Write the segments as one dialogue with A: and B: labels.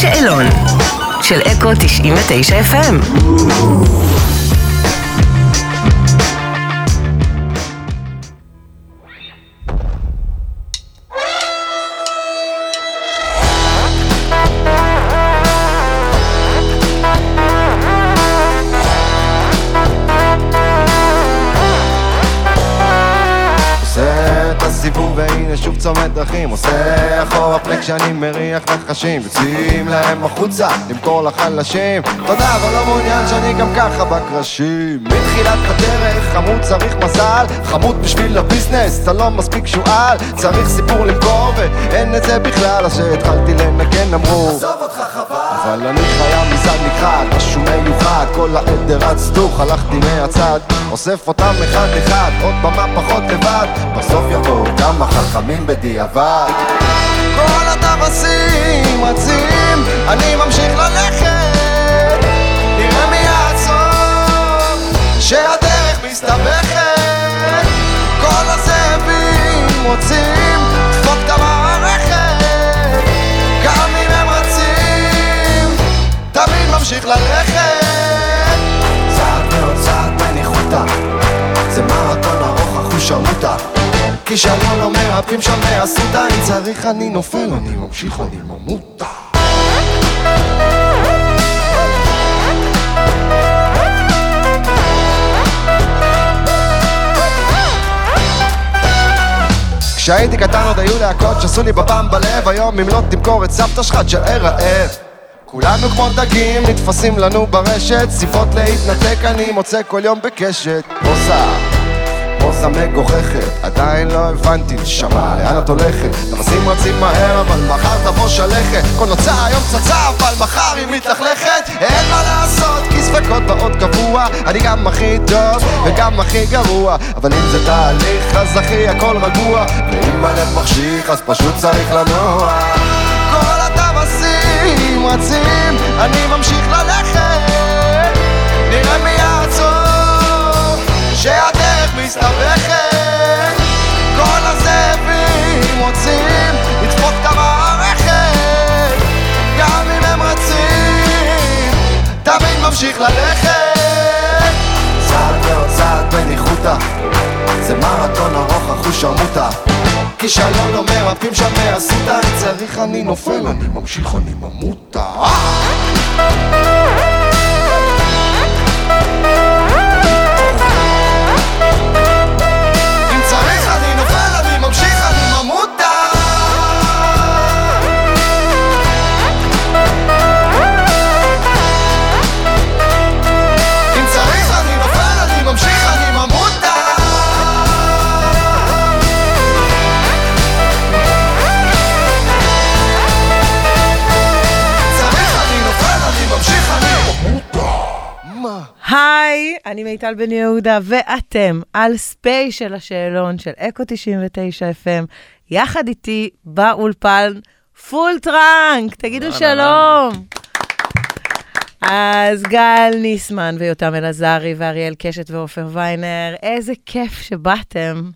A: שאלון של אקו 99 FM.
B: עושה את הסיבוב והנה שוב צומת דרכים עושה אחורה פליק שאני מריח נחשים יוצאים להם החוצה למכור לחלשים תודה אבל לא מעוניין שאני גם ככה בקרשים מתחילת הדרך אמרו צריך מזל חמוד בשביל הביזנס אתה לא מספיק שועל צריך סיפור למכור ואין את זה בכלל אז שהתחלתי לנגן אמרו עזוב אותך חבל אבל אני חיה מזד נכחד משהו מיוחד כל העדר רץ דוך הלכתי מהצד אוסף אותם אחד אחד עוד במה פחות לבד בסוף יבואו כמה חכמים בדיעבד כל הטווסים רצים אני ממשיך ללכת נראה מי יעצור שהדרך מסתבכת כל הזאבים רוצים לדפוק את המערכת גם אם הם רצים תמיד ממשיך ללכת צעד ועוד צעד בניחותא זה מרתון ארוך אחוש שרוטה כישלון לא מרפאים שם מהסוטה אם צריך אני נופל אני ממשיך אני ממוטה כשהייתי קטן עוד היו להקות שעשו לי בפעם בלב היום אם לא תמכור את סבתא שלך תשאר רעב כולנו כמו דגים נתפסים לנו ברשת סיבות להתנתק אני מוצא כל יום בקשת מוסר מוזה מגוחכת, עדיין לא הבנתי, נשמה, לאן את הולכת? נפסים רצים מהר, אבל מחר תבוא שלכת. כל הוצאה היום פצצה, אבל מחר היא מתלכלכת. אין מה לעשות, כי ספקות באות קבוע. אני גם הכי טוב, וגם הכי גרוע. אבל אם זה תהליך, אז אחי הכל רגוע. ואם הלב מחשיך, אז פשוט צריך לנוע. כל הטווסים רצים, אני ממשיך ללכת. נראה מי יעצור, שהדרך מסתבכת. כל הזאבים רוצים לדפוק את המערכת, גם אם הם רצים, תמיד ממשיך ללכת. צעד ועוד צעד בניחותא, זה מרתון ארוך אחוש עמותה. כישלון לא מרפאים שם מהסוטה, אם צריך אני נופל, אני ממשיך, אני ממותה. אם צריך אני נופל, אני ממשיך, אני ממותה. אם צריך אני נופל, אני ממשיך, אני ממותה. אם צריך אני נופל, אני ממשיך, אני ממותה. מה?
C: היי, אני מיטל בן יהודה, ואתם על ספייס של השאלון של אקו 99 FM, יחד איתי באולפן פול טראנק, תגידו שלום. אז גל ניסמן ויותם אלעזרי ואריאל קשת ועופר ויינר, איזה כיף שבאתם.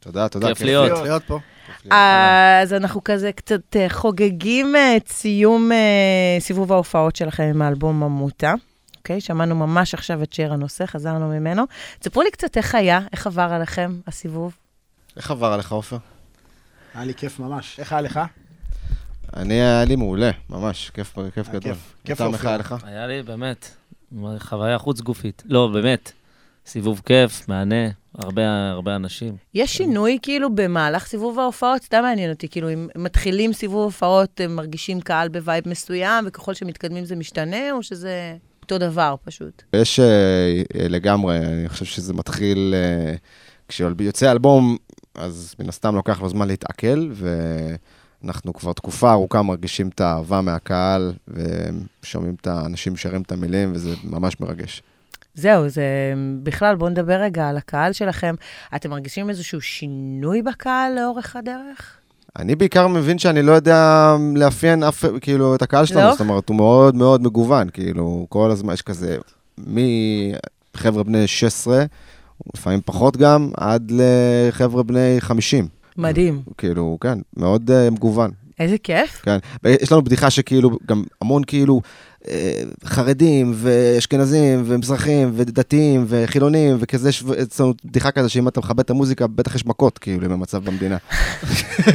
B: תודה, תודה.
D: כיף להיות.
B: להיות פה.
C: כן, אז אנחנו כזה קצת אה, חוגגים אה, את סיום אה, סיבוב ההופעות שלכם עם האלבום ממוטה. אוקיי, שמענו ממש עכשיו את שיר הנושא, חזרנו ממנו. תספרו לי קצת איך היה, איך עבר עליכם הסיבוב.
B: איך עבר עליך, עופר?
E: היה לי כיף ממש. איך היה לך?
B: אני, היה לי מעולה, ממש, כיף, כיף
E: אה,
B: גדול.
E: כיף, כיף
B: אתה
E: להופיע.
B: מחאה לך?
D: היה לי באמת חוויה חוץ גופית. לא, באמת. סיבוב כיף, מהנה, הרבה הרבה אנשים.
C: יש שינוי כאילו במהלך סיבוב ההופעות? סתם מעניין אותי, כאילו אם מתחילים סיבוב הופעות, הם מרגישים קהל בווייב מסוים, וככל שמתקדמים זה משתנה, או שזה אותו דבר פשוט?
F: יש אה, אה, לגמרי, אני חושב שזה מתחיל, אה, כשיוצא אלבום, אז מן הסתם לוקח לו זמן להתעכל, ואנחנו כבר תקופה ארוכה מרגישים את האהבה מהקהל, ושומעים את האנשים שרים את המילים, וזה ממש מרגש.
C: זהו, זה בכלל, בואו נדבר רגע על הקהל שלכם. אתם מרגישים איזשהו שינוי בקהל לאורך הדרך?
F: אני בעיקר מבין שאני לא יודע לאפיין אף, כאילו, את הקהל שלנו,
C: לא?
F: זאת אומרת, הוא מאוד מאוד מגוון, כאילו, כל הזמן יש כזה, מחבר'ה בני 16, לפעמים פחות גם, עד לחבר'ה בני 50.
C: מדהים.
F: כאילו, כן, מאוד אה, מגוון.
C: איזה כיף.
F: כן. יש לנו בדיחה שכאילו, גם המון כאילו אה, חרדים ואשכנזים ומזרחים ודתיים וחילונים וכזה, יש אצלנו בדיחה כזה שאם אתה מכבד את המוזיקה, בטח יש מכות כאילו עם המצב במדינה.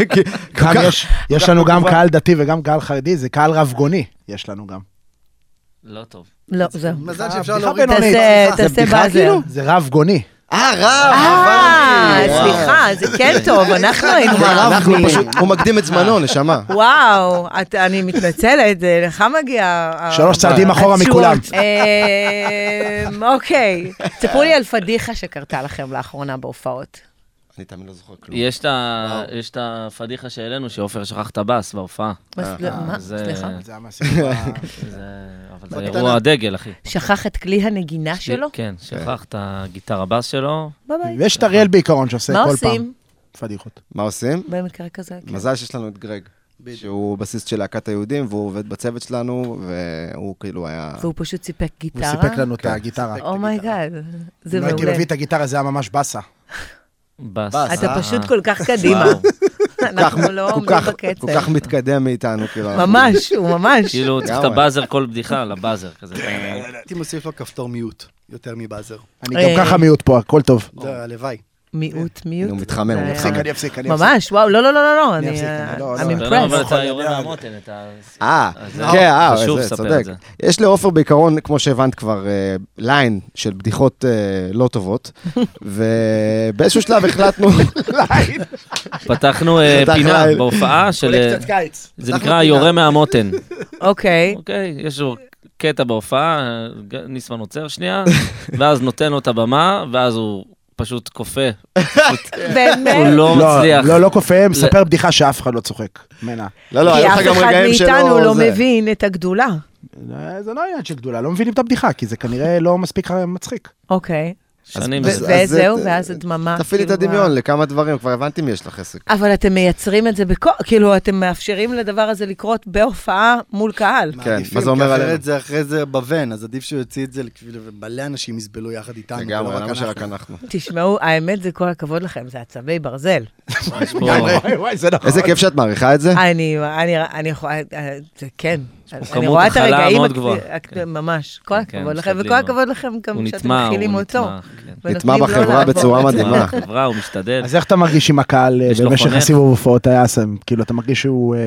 F: כי- כל
E: גם
F: כך-
E: יש- יש לנו גם
F: מגוון.
E: קהל דתי וגם קהל חרדי, זה קהל רבגוני, יש לנו גם.
D: לא טוב.
C: לא, זהו.
E: בדיחה-
B: מזל שאפשר
E: בדיחה
B: להוריד את
E: בינונית.
C: תעשה-
E: זה
C: תעשה
E: בדיחה
C: באזר.
E: כאילו? זה רבגוני.
B: אה, רב,
C: אה,
B: הבנתי.
C: סליחה, זה כן טוב, אנחנו היינו
E: לא-
F: אנחנו
C: מערבים.
F: פשוט, הוא מקדים את זמנו, נשמה.
C: וואו, את- אני מתנצלת, אה, לך מגיע... ה-
E: שלוש צעדים אחורה
C: התשואות.
E: מכולם.
C: אמ, אוקיי, תספרו לי על פדיחה שקרתה לכם לאחרונה בהופעות.
F: אני תמיד לא זוכר כלום.
D: יש את ה- יש את הפדיחה שהעלינו, שעופר שכח את הבאס בהופעה.
C: מה, מה?
D: אה, זה-
C: סליחה?
E: זה המסיבה.
D: זה- אבל זה אירוע הדגל, אחי.
C: שכח את כלי הנגינה אה, שלו?
D: כן, שכח את הגיטרה באס שלו.
C: בבית.
E: ויש את אריאל בעיקרון שעושה
C: מה
E: כל פעם
C: עושים
E: פדיחות.
F: מה עושים?
C: במקרה כזה? כן.
F: מזל שיש לנו את גרג, שהוא בסיסט של להקת היהודים, והוא עובד בצוות שלנו, והוא כאילו היה...
C: והוא פשוט סיפק
E: הוא
C: גיטרה?
E: סיפק לנו את הגיטרה.
C: אומייגאד, אוקיי. זה
E: אם לא הייתי
C: מעולה.
E: מביא את הגיטרה, זה היה ממש באסה.
D: באס.
C: אתה
D: אה,
C: פשוט כל כך קדימה. אנחנו לא
F: כל
C: עומדים
F: כך- כל
C: בקצב.
F: כך מתקדם מאיתנו, כאילו. אנחנו-
C: ממש, הוא ממש.
D: כאילו, צריך את
F: לגמרי.
D: הבאזר כל בדיחה לבאזר כזה. כן.
G: הייתי מוסיף לו כפתור מיוט, יותר מבאזר.
E: אני
C: אה.
E: גם ככה מיעוט פה, הכל טוב.
G: זה הלוואי.
C: מיעוט, מיעוט.
F: הוא מתחמם,
C: זה
F: הוא
C: היה-
E: אני אפסיק, אני אפסיק, אני אפסיק.
C: ממש, וואו, לא, לא, לא, לא, לא,
E: אני
C: אני...
E: אפסיק,
C: אה,
E: לא, לא,
C: I'm
E: לא.
D: לא, אבל
C: impressed.
D: אתה יורד מהמותן, את ה...
F: אה,
D: אז זה-
F: כן, אה,
D: חשוב
F: זה
D: לספר
F: צודק.
D: את זה.
F: יש לעופר בעיקרון, כמו שהבנת כבר, אה, ליין של בדיחות אה, לא טובות, ובאיזשהו שלב החלטנו,
D: פתחנו אה,
F: פתח
D: פינה
F: ליין.
D: בהופעה של... אה,
E: קיץ.
D: זה נקרא יורה מהמותן.
C: אוקיי,
D: אוקיי, יש לו קטע בהופעה, ג- ניסמן עוצר שנייה, ואז נותן לו את הבמה, ואז הוא פשוט כופה. הוא
C: באמת.
D: לא מצליח.
E: לא, לא כופה, מספר בדיחה שאף אחד לא צוחק. מנה.
F: לא, לא,
C: כי
F: היו לך
C: אף
F: גם
C: אחד
F: רגעים שלא...
C: מאיתנו לא
F: זה.
C: מבין את הגדולה.
E: אה, זה לא עניין של גדולה, לא מבינים את הבדיחה, כי זה כנראה לא מספיק מצחיק.
C: אוקיי.
D: שנים
F: אז-
D: זה.
F: אז-
C: וזהו,
F: אה,
C: ואז הדממה.
F: תפעילי את
C: כאילו,
F: הדמיון לכמה דברים, כבר הבנתי מי יש לך עסק.
C: מה- אבל אתם מייצרים את זה בכל... כאילו, אתם מאפשרים לדבר הזה לקרות בהופעה מול קהל.
F: כן,
G: מעדיפים,
F: מה זה אומר
G: כי
F: עלינו?
G: אחרת זה אחרי זה בוון, אז עדיף שהוא יוציא את זה לכביל, ומלא אנשים יסבלו יחד איתנו.
F: לגמרי,
G: ולא רק
F: למה שרק
G: אנחנו.
F: אנחנו?
C: תשמעו, האמת זה כל הכבוד לכם, זה עצבי ברזל.
D: יש פה-
E: וואי, זה נכון.
F: איזה כיף שאת מעריכה את זה.
C: אני, אני, אני יכולה, אה, זה כן. אני
D: כמות
C: רואה את
D: הכלה
C: הרגעים,
D: מאוד
C: הקט-
D: גבוהה.
C: הקט-
D: כן.
C: ממש, כל
D: כן,
C: הכבוד
D: כן,
C: לכם,
D: משתדלים
C: וכל
D: מאוד.
C: הכבוד לכם
D: הוא
C: גם שאתם
D: נטמע, הוא
C: מכילים אותו.
D: נטמע. כן.
C: ונותנים
F: נטמע
C: לו
F: בחברה
C: לעבור.
F: בצורה
D: הוא
F: מדהימה.
D: נטמע בחברה, הוא משתדל.
E: אז איך אתה מרגיש עם הקהל אה,
D: יש לו
E: במשך
D: חונך.
E: הסיבוב הופעות היה סם? כאילו, אתה מרגיש שהוא אה,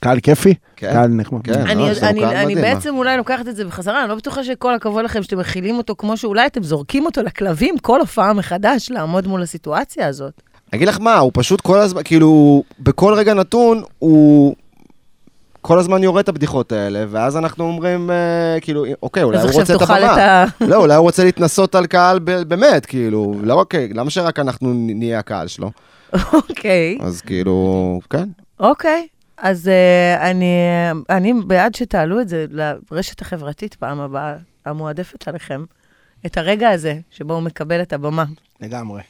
E: קהל כיפי?
F: כן.
E: קהל נחמד.
F: כן.
C: אני,
F: לא, יש לנו
C: אני,
F: קהל
C: אני
F: מדהים, אה?
C: בעצם אולי לוקחת את זה בחזרה, אני לא בטוחה שכל הכבוד לכם שאתם מכילים אותו כמו שאולי אתם זורקים אותו לכלבים כל הופעה מחדש, לעמוד מול הסיטואציה הזאת.
F: אני אגיד לך מה, הוא פשוט כל הזמן, כאילו, בכל רגע נתון, הוא כל הזמן יורד את הבדיחות האלה, ואז אנחנו אומרים, אה, כאילו, אוקיי, אולי
C: אז
F: הוא
C: עכשיו
F: רוצה את
C: תאכל
F: הבמה.
C: את ה...
F: לא, אולי הוא רוצה להתנסות על קהל ב- באמת, כאילו, לא רק, למה שרק אנחנו נ- נהיה הקהל שלו?
C: אוקיי,
F: אז כאילו, כן.
C: אוקיי. אז אה, אני, אני בעד שתעלו את זה לרשת החברתית פעם הבאה, המועדפת עליכם, את הרגע הזה שבו הוא מקבל את הבמה.
E: לגמרי.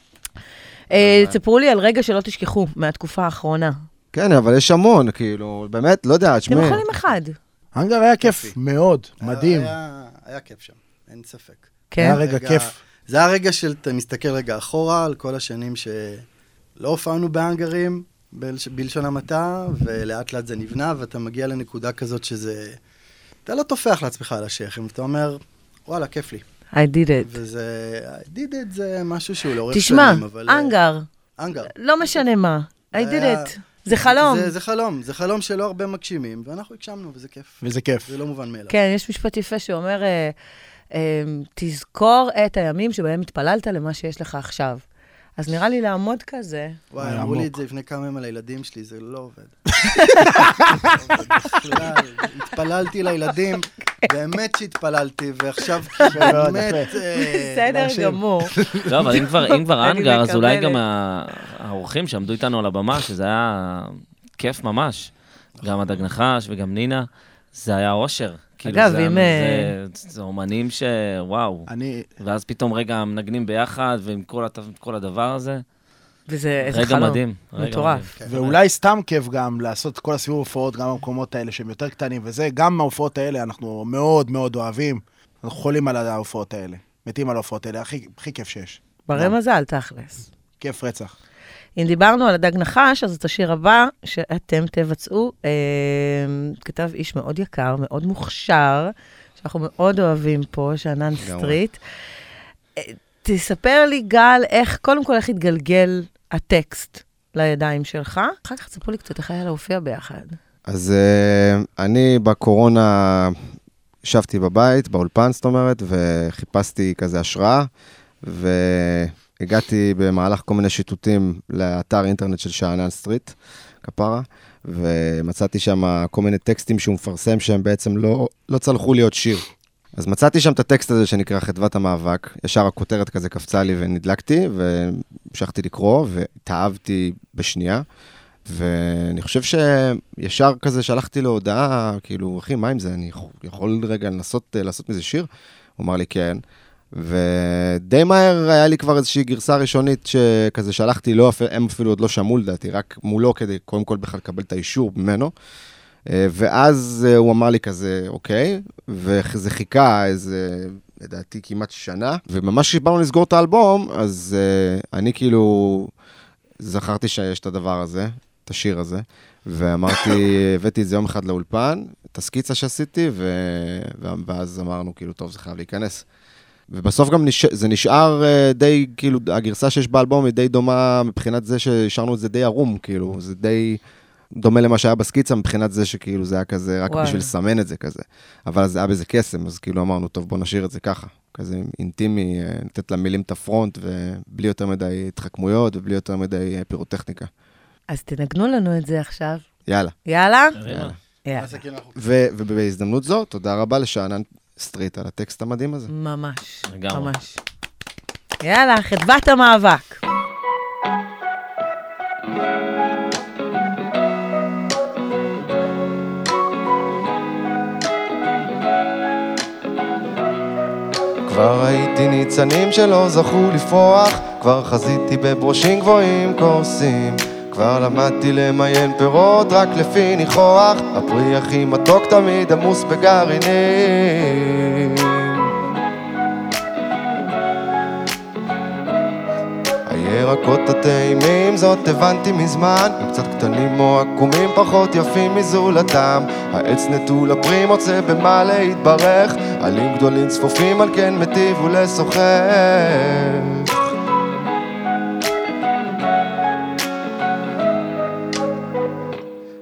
C: אה, תספרו לי על רגע שלא תשכחו מהתקופה האחרונה.
F: כן, אבל יש המון, כאילו, באמת, לא יודע,
C: אתם
F: תשמעי.
C: יכולים אחד.
E: האנגר היה כיף, מאוד, מדהים.
B: אה,
G: היה- היה כיף שם, אין ספק.
C: כן.
E: היה רגע
G: רגע-
E: כיף.
G: זה היה רגע של, אתה מסתכל רגע אחורה, על כל השנים שלא הופענו בהאנגרים, בלש- בלשון המעטה, ולאט לאט זה נבנה, ואתה מגיע לנקודה כזאת שזה... אתה לא טופח לעצמך על השכם, אתה אומר, וואלה, כיף לי.
C: I did it.
G: וזה... I did it זה משהו שהוא לאורך
C: תשמע,
G: שנים, אבל... אה,
C: אנגר,
G: אנגר.
C: לא משנה מה. I
G: היה-
C: did it. זה חלום.
G: זה, זה חלום, זה חלום שלא הרבה מגשימים, ואנחנו הגשמנו, וזה כיף.
E: וזה כיף.
G: זה לא מובן מאליו.
C: כן, יש משפט יפה שאומר, אה, אה, תזכור את הימים שבהם התפללת למה שיש לך עכשיו. אז נראה לי לעמוד כזה,
G: וואי,
E: היה
G: אמרו לי
E: עמוק.
G: את זה לפני כמה ימים על הילדים שלי, זה לא עובד. לא עובד בכלל, התפללתי לילדים,
C: כן.
G: באמת שהתפללתי, ועכשיו
E: מאוד,
G: באמת... אה,
C: בסדר
E: להקשיב.
C: גמור.
D: לא, אבל אם כבר- אם כבר
C: אני
D: אנגר, אז אולי
C: מקבלת.
D: גם ה- האורחים שעמדו איתנו על הבמה, שזה היה כיף ממש. גם הדג נחש וגם נינה, זה היה אושר. כאילו,
C: אגב,
D: זה-
C: אם,
D: זה-
C: אה,
D: זה אומנים שוואו.
E: אני,
D: ואז פתאום רגע מנגנים ביחד, ועם כל הת- כל הדבר הזה,
C: וזה איזה
D: רגע
C: חלום.
D: מדהים. רגע
C: מטורף.
E: ואולי סתם כיף גם לעשות את כל הסיבוב הופעות, גם במקומות האלה שהם יותר קטנים וזה, גם ההופעות האלה אנחנו מאוד מאוד אוהבים. אנחנו חולים על
C: כן.
E: ההופעות האלה, מתים על ההופעות האלה, הכי הכי כיף שיש.
C: ברי מזל, תכלס.
E: כיף רצח.
C: אם דיברנו על הדג נחש, אז את השיר הבא שאתם תבצעו, אה, כתב איש מאוד יקר, מאוד מוכשר, שאנחנו מאוד אוהבים פה, שאנן סטריט. אה, תספר לי, גל, איך, קודם כל, איך התגלגל הטקסט לידיים שלך, אחר כך תספרו לי קצת איך היה להופיע ביחד.
F: אז אה, אני בקורונה ישבתי בבית, באולפן זאת אומרת, וחיפשתי כזה השראה, והגעתי במהלך כל מיני שיטוטים לאתר אינטרנט של שאנן סטריט, כפרה, ומצאתי שם כל מיני טקסטים שהוא מפרסם שהם בעצם לא, לא צלחו להיות שיר. אז מצאתי שם את הטקסט הזה שנקרא חדוות המאבק, ישר הכותרת כזה קפצה לי ונדלקתי, והמשכתי לקרוא, והתאהבתי בשנייה. ואני חושב שישר כזה שלחתי לו הודעה, כאילו, אחי, מה עם זה, אני יכול- יכול רגע לנסות אה, לעשות מזה שיר? הוא אמר לי, כן. ודי מהר היה לי כבר איזושהי גרסה ראשונית שכזה שלחתי לו, אפ- הם אפילו עוד לא שמעו לדעתי, רק מולו כדי קודם כל בכלל לקבל את האישור ממנו. אה, ואז אה, הוא אמר לי כזה, אוקיי, וזה חיכה איזה, לדעתי, כמעט שנה, וממש כשבאנו לסגור את האלבום, אז אה, אני כאילו זכרתי שיש את הדבר הזה, את השיר הזה, ואמרתי, הבאתי את זה יום אחד לאולפן, את הסקיצה שעשיתי, ו... ו- ואז אמרנו, כאילו, טוב, זה חייב להיכנס. ובסוף גם נש... זה נשאר אה, די, כאילו, הגרסה שיש באלבום היא די דומה מבחינת זה שהשארנו את זה די ערום, כאילו, זה די דומה למה שהיה בסקיצה מבחינת זה שכאילו זה היה כזה, רק
C: וואי.
F: וואי. בשביל לסמן את זה כזה. אבל אז היה בזה קסם, אז כאילו אמרנו, טוב, בוא נשאיר את זה ככה. כזה אינטימי, אה, לתת למילים את הפרונט, ובלי יותר מדי התחכמויות, ובלי יותר מדי אה, פירוטכניקה.
C: אז תנגנו לנו את זה עכשיו.
F: יאללה.
C: יאללה?
D: יאללה.
C: יאללה.
F: ו- ובהזדמנות זו, תודה רבה לשאנן סטריט על הטקסט המדהים הזה.
C: ממש.
D: לגמרי.
C: ממש. יאללה, חדוות המאבק.
B: כבר ראיתי ניצנים שלא זכו לפרוח, כבר חזיתי בברושים גבוהים קורסים. כבר למדתי למיין פירות רק לפי ניחוח, הפרי הכי מתוק תמיד עמוס בגרעינים. הירקות הטעימים זאת הבנתי מזמן הם קצת קטנים או עקומים פחות יפים מזולתם העץ נטול הפרי מוצא במה להתברך עלים גדולים צפופים על כן מטיבו לשוחח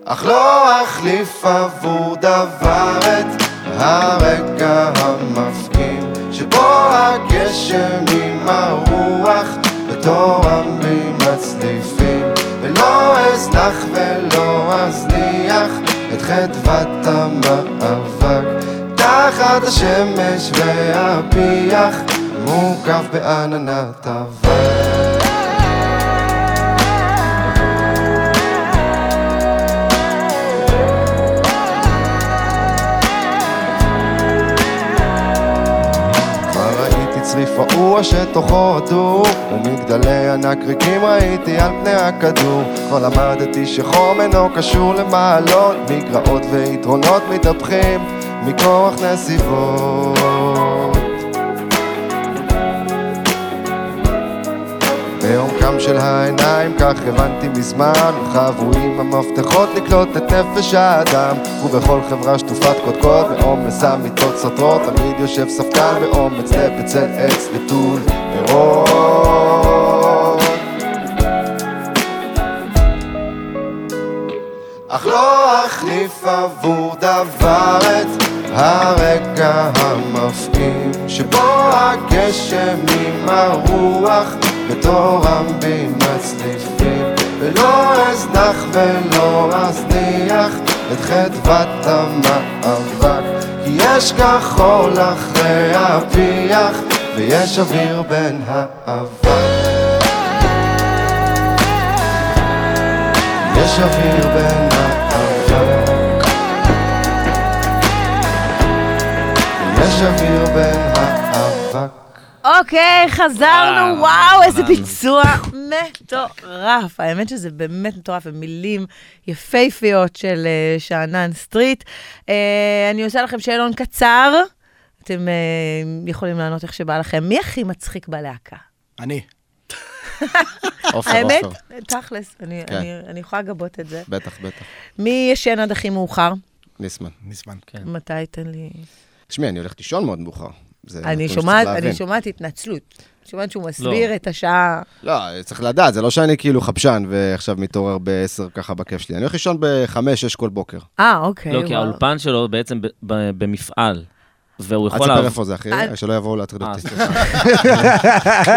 B: אך לא אחליף עבור דבר את הרגע המפגין שבו הגשם עם הרוח בתור עמים מצליפים ולא אזנח ולא אזניח את חדוות המאבק תחת השמש והפיח מוקף בעננת אבק כבר ראיתי צריף רעוע שתוכו אדום ומגדלי ענק ריקים ראיתי על פני הכדור כבר למדתי שחום אינו קשור למעלות מגרעות ויתרונות מתהפכים מכורח נסיבות בעומקם של העיניים, כך הבנתי מזמן, חבו עם המפתחות לקלוט את נפש האדם. ובכל חברה שטופת קודקוד, מעומס אמיתות סותרות, תמיד יושב ספקן באומץ לב בצל עץ נטול פירות. אך לא אחליף עבור דבר את הרגע המפעים שבו הגשם עם הרוח בתור רבים מצליפים ולא אזנח ולא אזניח את חדוות המאבק כי יש כחול אחרי הפיח ויש אוויר בין האבק יש אוויר בין האבק יש אוויר בין האבק
C: אוקיי, חזרנו,
D: וואו,
C: וואו, איזה
D: אהבנו.
C: ביצוע מטורף. האמת שזה באמת מטורף, ומילים יפהפיות של אה, שאנן סטריט. אה, אני עושה לכם שאלון קצר, אתם אה, יכולים לענות איך שבא לכם. מי הכי מצחיק בלהקה?
E: אני.
B: עופר,
C: האמת,
B: עופר.
C: תכלס, אני-
B: כן.
C: אני- אני יכולה לגבות את זה.
B: בטח, בטח.
C: מי ישן עד הכי מאוחר?
B: ניסמן.
E: מזמן.
C: מתי? תן לי...
B: תשמעי, אני הולך לישון מאוד מאוחר. זה נתון
C: אני
B: שצריך
C: שומעת,
B: להבין.
C: אני שומעת התנצלות. שומעת
D: לא.
C: שהוא מסביר את השעה.
B: לא, צריך לדעת, זה לא שאני כאילו חפשן ועכשיו מתעורר ב-10 ככה בכיף שלי. אני הולך לישון ב-5-6 כל בוקר.
C: אה, אוקיי.
D: לא, כי
C: וואו.
D: האולפן שלו בעצם ב- ב- במפעל, והוא
B: אל
D: יכול
B: תספר
D: לעבוד...
B: איפה זה, אחי,
C: אל-
B: שלא יבואו להטריד
D: אה,
B: אותי.
D: סליחה.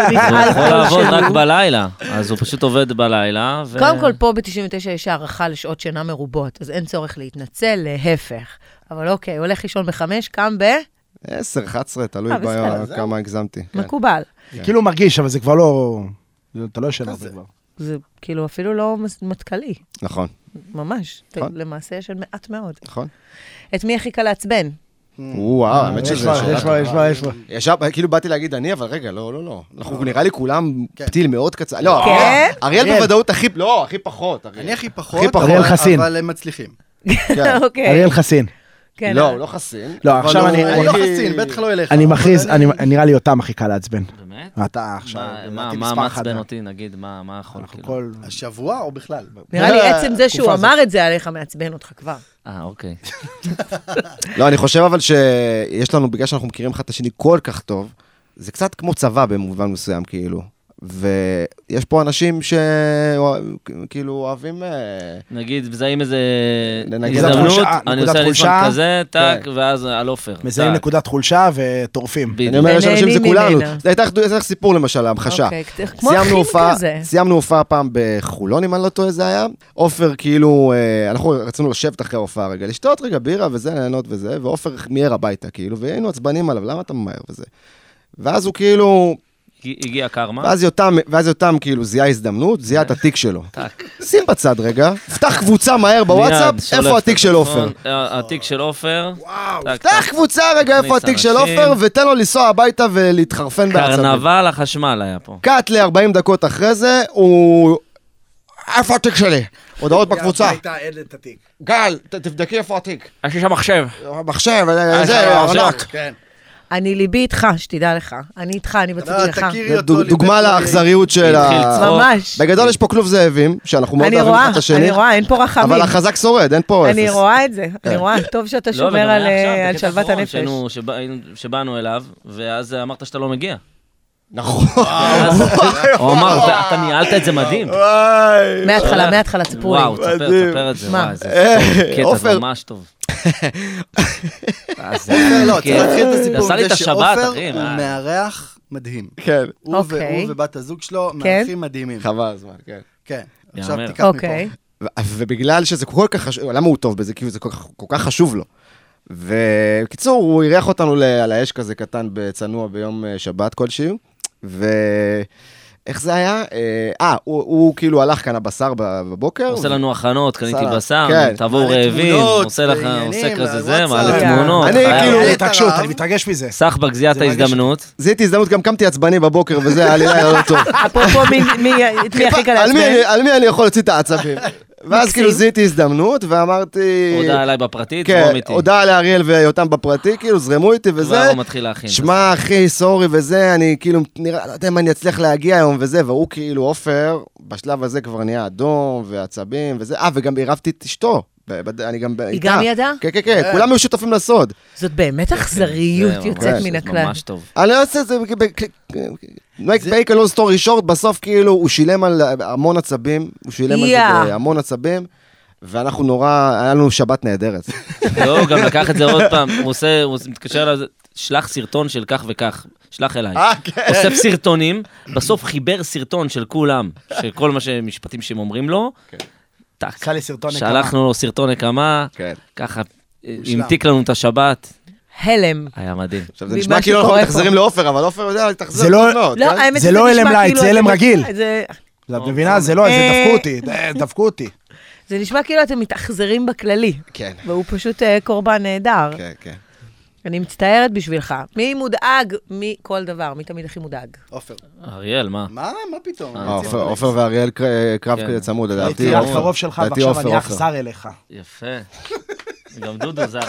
D: הוא יכול לעבוד רק בלילה, אז הוא פשוט עובד בלילה. ו-
C: קודם כל, פה ב-99 יש הערכה לשעות שינה מרובות, אז אין צורך להתנצל, להפך. אבל אוקיי, הולך לישון בחמש, קם ב...
B: 10, 11, תלוי
C: אה, בסדר,
B: ביום, כמה הגזמתי. כן.
C: מקובל.
E: זה כאילו מרגיש, אבל זה כבר לא... זה- אתה לא ישן הרבה כבר.
C: זה כאילו אפילו לא מס- מטכלי,
B: נכון,
C: ממש. אתה
B: נכון.
C: למעשה ישן מעט מאוד.
B: נכון. אה,
C: את מי הכי קל לעצבן?
B: וואו, האמת
E: יש
B: שזה
E: בה,
B: שאלה
E: יש בה, יש בה, יש בה.
B: ישב, כאילו באתי להגיד אני, אבל רגע, לא, לא, לא. אנחנו נראה לי כולם פתיל מאוד קצר. לא,
C: כן?
B: אריאל- אריאל
E: אריאל.
B: בוודאות הכי, לא, הכי פחות. אריאל.
F: אני הכי פחות,
B: הכי פחות.
F: אבל-
E: אריאל חסין.
F: אבל הם מצליחים.
B: כן.
C: אוקיי.
E: אריאל חסין.
C: כן,
B: לא, הוא לא חסין.
E: לא,
B: אבל
E: עכשיו
B: הוא-
E: אני-
F: אני לא
B: הכי-
F: חסין, בטח לא אליך.
E: אני
F: אבל
E: מכריז,
F: אני-
E: אני- נראה לי אותם הכי קל לעצבן.
D: באמת?
E: אתה עכשיו,
D: מה-
E: לדעתי,
D: מה-
E: מספר
D: מה
E: אחד.
D: מעצבן אותי, נגיד, מה מה יכול?
E: אנחנו
D: כאילו?
E: כל...
F: השבוע או בכלל?
C: נראה לי
E: אה,
C: עצם זה שהוא
E: התקופה
C: אמר את זה עליך מעצבן אותך כבר.
D: אה, אוקיי.
B: לא, אני חושב אבל שיש לנו, בגלל שאנחנו מכירים אחד את השני כל כך טוב, זה קצת כמו צבא במובן מסוים, כאילו. ויש פה אנשים שכאילו אוהבים... אה,
D: נגיד, מזהים איזה
B: נגיד
D: הזדמנות,
E: חולשה,
D: אני
E: נקודת
D: עושה ליסמן
E: חולשה.
D: כזה, טאק, ואז על עופר.
E: מזהים
D: טאק.
E: נקודת חולשה וטורפים.
D: בדיוק.
B: אני אומר, יש אנשים שזה
C: ונהנים
B: כולנו.
C: ממנה.
B: זה הייתה זה היה סיפור למשל, ההמחשה.
C: אוקיי, כמו
B: סיימנו
C: אחים
B: הופעה-
C: כזה.
B: סיימנו הופעה פעם בחולון, אם אני לא טועה, זה היה. עופר, כאילו, אה, אנחנו רצינו לשבת אחרי ההופעה רגע, לשתות רגע בירה וזה, ליהנות וזה, ועופר מיהר הביתה, כאילו, והיינו עצבנים עליו, למה אתה ממהר וזה? ואז הוא כאילו,
D: הגיע קרמה.
B: ואז יותם, ואז יותם כאילו זיהה הזדמנות, זיהה
D: אה,
B: את התיק שלו. שים בצד רגע, פתח קבוצה מהר בוואטסאפ,
D: מיד שולף
B: איפה התיק
D: את
B: של
D: הטלפון,
B: עופר?
D: אה, התיק של עופר. וואו.
B: פתח קבוצה רגע, איפה
D: מכניס
B: התיק של
D: אנשים.
B: עופר, ותן לו לנסוע הביתה ולהתחרפן בעצבים.
D: קרנבל החשמל היה פה.
B: קאט ל-40 דקות אחרי זה, הוא... איפה התיק שלי? הודעות בקבוצה. גל, ת- תבדקי איפה התיק.
D: יש לי שם מחשב.
B: מחשב, אה, זה,
D: עכשיו, עכשיו.
B: ארנק.
F: כן.
C: אני ליבי איתך, שתדע לך. אני איתך, אני
B: אה,
F: אתה
C: בצד שלך.
F: תכירי
B: דוג-
F: אותו.
B: דוגמה
F: לפני-
B: לאכזריות של
D: התחיל
B: ה...
D: צחוק.
C: ממש.
B: בגדול יש פה כלוב זאבים, שאנחנו מאוד
C: אני
B: אוהבים
C: רואה,
B: אחד את השני.
C: אני רואה, אין פה רחמים.
B: אבל החזק שורד, אין פה אפס.
C: אני רואה את זה,
B: כן.
C: אני רואה. טוב שאתה
D: לא, וגם
C: שומר
D: היה
C: על
D: עכשיו,
C: אה, על
D: בקטע
C: שלוות
D: האחרון
C: הנפש.
D: שהיינו- שבא- היינו- שבאנו אליו, ואז אמרת שאתה לא מגיע.
B: נכון.
D: ואז הוא אמר, "אתה- אתה ניהלת את זה מדהים.
C: מההתחלה, מההתחלה, תספרו לי.
D: אה, וואו, תספר, תספר את זה.
C: מה?
D: וואי, זה קטע
F: אה,
B: עופר.
D: ממש טוב.
B: כן,
F: עופר, לא, צריך להתחיל את הסיפור.
D: אה, עשה לי את
F: מזה
D: השבת,
F: שעופר
D: אחי.
F: הוא
D: מה?
F: מארח מדהים.
B: כן.
F: הוא
C: אוקיי. כן?
F: והוא ובת הזוג שלו, מארחים מדהימים.
B: חבל הזמן, כן.
F: כן. עכשיו
D: יאמר.
F: תיקח מפה.
C: אוקיי.
B: ו- ובגלל שזה כל כך חשוב, למה הוא טוב בזה? כי זה כל כך, כל כך חשוב לו. ובקיצור, הוא אירח אותנו ל- על האש כזה קטן בצנוע ביום אה, שבת כלשהו, ו... אה, איך זה היה? אה, אה, הוא, הוא כאילו הלך כאן הבשר ב- בבוקר.
D: עושה לנו הכנות, קניתי
B: סלט,
D: בשר,
B: כן.
D: תבואו
F: מעלה
D: רעבים,
F: תמונות,
D: עושה לך, עושה
F: ועניינים,
D: כזה זה,
F: והוואטסאפ.
D: מעלה
C: אני
D: תמונות.
B: כאילו-
D: חייב.
B: כאילו-
E: אה,
F: אה,
E: התעקשות,
F: הרב.
E: אני מתרגש מזה.
D: סחבק זיהה את ההזדמנות.
B: זיהיתי הזדמנות, גם קמתי עצבני בבוקר וזה, היה לי לילה לא טוב.
C: אפרופו מי- מי את מי הכי קל
B: על מי אני-
C: לעצבן?
B: על מי אני יכול להוציא את העצבים? ואז
C: מקסים.
B: כאילו זיהיתי הזדמנות, ואמרתי...
D: הודעה אליי בפרטית,
B: כן,
D: זרום איתי.
B: הודעה לאריאל ויותם בפרטי, כאילו, זרמו איתי וזה.
D: כבר הוא מתחיל להכין.
B: שמע, אחי, סורי וזה, אני כאילו, נראה, לא יודע אם אני אצליח להגיע היום וזה, והוא כאילו, עופר, בשלב הזה כבר נהיה אדום ועצבים וזה. אה, וגם עירבתי את אשתו. ב- ב- אני גם ב- איתה.
C: גם ידעה?
B: כן, כן, כן, כולם היו שותפים לסוד.
C: זאת באמת אכזריות
D: זה
C: יוצאת
D: ממש-
C: מן
D: זה
C: הכלל.
D: ממש טוב.
B: אני לא עושה את זה, נויק פייקל לא סטורי שורט, בסוף כאילו, הוא שילם על המון עצבים, הוא שילם על
C: יא.
B: זה המון עצבים, ואנחנו נורא, היה לנו שבת נהדרת.
D: לא, הוא גם לקח את זה עוד פעם, הוא עושה, הוא מתקשר אליו, שלח סרטון של כך וכך, שלח אליי.
E: אה, כן.
D: אוסף סרטונים, בסוף חיבר סרטון של כולם, של כל מה שמשפטים שהם אומרים לו. טאק.
E: כן. עשה לי סרטון נקמה.
D: שלחנו לו סרטון נקמה,
B: כן.
D: ככה אה, המתיק לנו את השבת,
C: הלם.
D: היה מדהים.
B: עכשיו, זה
C: ממה
B: נשמע כאילו אנחנו
C: שקורה פה.
B: מתאכזרים לעופר, אבל עופר יודע להתאכזר
E: זה לא-
B: טוב מאוד.
C: לא,
B: כן?
C: האמת
E: זה
C: שזה
E: לא
C: נשמע
E: הלם לייט,
C: כאילו
E: זה
C: אתם-
E: הלם רגיל.
C: זה-
E: את מבינה? זה לא, זה
C: אה.
E: דפקו אותי, אה, דפקו אותי.
C: זה נשמע כאילו אתם מתאכזרים בכללי,
B: כן,
C: והוא פשוט אה, קורבן נהדר.
B: כן, כן.
C: אני מצטערת בשבילך. מי מודאג מכל דבר? מי תמיד הכי מודאג?
F: עופר.
D: אריאל, מה?
F: מה? מה פתאום?
B: אה, עופר- עופר ואריאל
F: אה,
B: קר- קרב
D: כן.
B: כזה צמוד, לדעתי.
E: הייתי
B: עופר.
E: הקרוב שלך,
B: לדעתי
E: ועכשיו אני
B: עופר, עופר.
E: אכזר אליך.
D: יפה. גם דודו זר.